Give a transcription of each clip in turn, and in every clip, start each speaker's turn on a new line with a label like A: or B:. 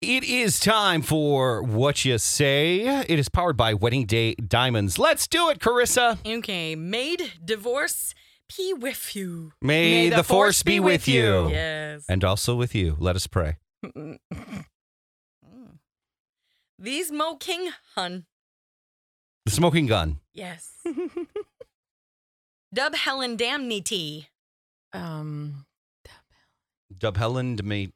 A: It is time for What You Say. It is powered by Wedding Day Diamonds. Let's do it, Carissa.
B: Okay, maid, divorce, pee with you.
A: May, the, force, be with you.
B: Yes.
A: And also with you. Let us pray.
B: These mo king hun.
A: The smoking gun.
B: Yes. Dub Helen Damnity.
C: Um.
A: Dub Helen to me.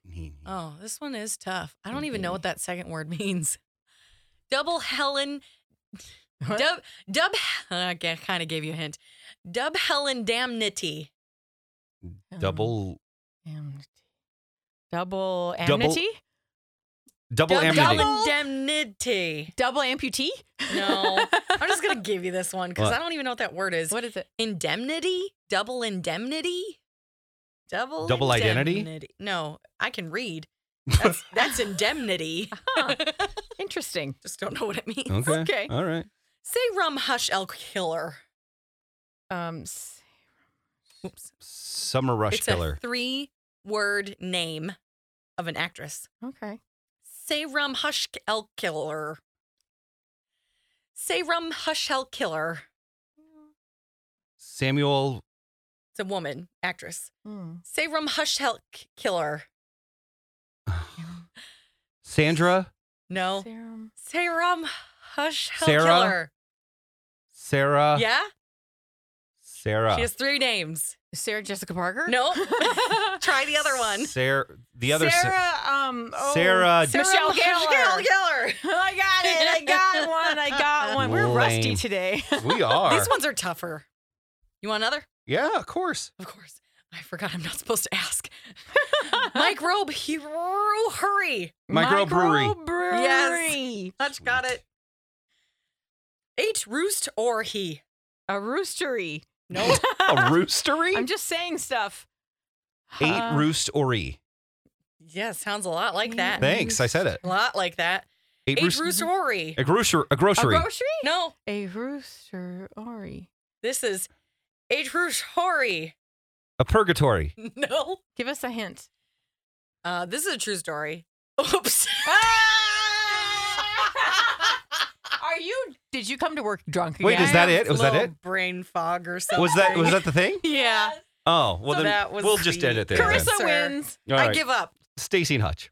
C: Oh, this one is tough. I don't even
A: Mhm.
C: know what that second word means.
B: Double Helen.
C: What?
B: Dub. Dub. Okay, kind of gave you a hint. Dub Helen Damnity.
A: Double,
C: Amnesty.
A: Double-
C: Double amnesty.
A: double
B: Dub
A: amnesty.
B: Helen Damnity.
C: Double, amputee.
B: No. I'm just going to give you this one because
A: What?
B: I don't even know what that word is.
C: What is it?
B: Indemnity? Double indemnity? Double
A: Double identity?
B: indemnity. No, I can read. That's, that's indemnity.
C: Huh. Interesting.
B: Just don't know what it means.
A: Okay.
C: Okay.
A: All right.
B: Say rum hush elk killer.
C: Um. s-
B: Oops.
A: Summer Rush
B: it's
A: Killer.
B: a three word name of an actress.
C: Okay.
B: Say rum hush elk killer. Say rum hush elk killer.
A: Samuel.
B: It's a woman actress.
C: Hmm.
B: Say rum hush elk killer.
A: Sandra.
B: No.
C: Serum.
B: Say rum hush elk
A: Sarah?
B: killer.
A: Sarah.
B: yeah?
A: Sarah.
B: She has three names.
C: Sarah Jessica Parker.
B: No. Try the other one.
A: Sarah. The other. Sa-
C: Sarah. Um. oh,
A: Sarah-
C: Michelle Gellar. I got it. I got one. I got one. We're rusty
A: Lame.
C: today.
A: we are.
B: These ones are tougher. You want another?
A: yeah, of course.
B: Of course. I forgot I'm not supposed to ask. Microbe hero hurry.
A: Microbrewery.
C: Microbrewery.
B: Yes. Hutch got it. Eight roost or he.
C: A roostery.
B: No.
A: A roostery?
C: I'm just saying stuff.
A: Eight
C: Uh,
A: roost ori.
B: yeah, sounds a lot like that.
C: Thank-
A: Thanks. I said it.
B: A lot like that. Eight, roost, or he.
A: A grocer. A
C: A
A: grocery.
C: grocery?
B: No,
C: A rooster Ori.
B: this is eight roost hurry.
A: A purgatory.
B: No.
C: Give us a hint.
B: Uh, this is a true story. Oops.
C: Are you? Did you come to work drunk?
A: Wait,
C: again?
A: is that
B: I
A: it?
B: have
A: Was that
B: little
A: it?
B: Brain fog or something.
A: Was that was that the thing?
B: Yeah.
A: Oh well,
B: So
A: then
B: that was
A: we'll just
B: the-
A: end it there.
B: Carissa-
C: Carissa
B: Sir.
C: wins?
A: then. All
B: I
A: right,
B: give up.
A: Stacy and Hutch.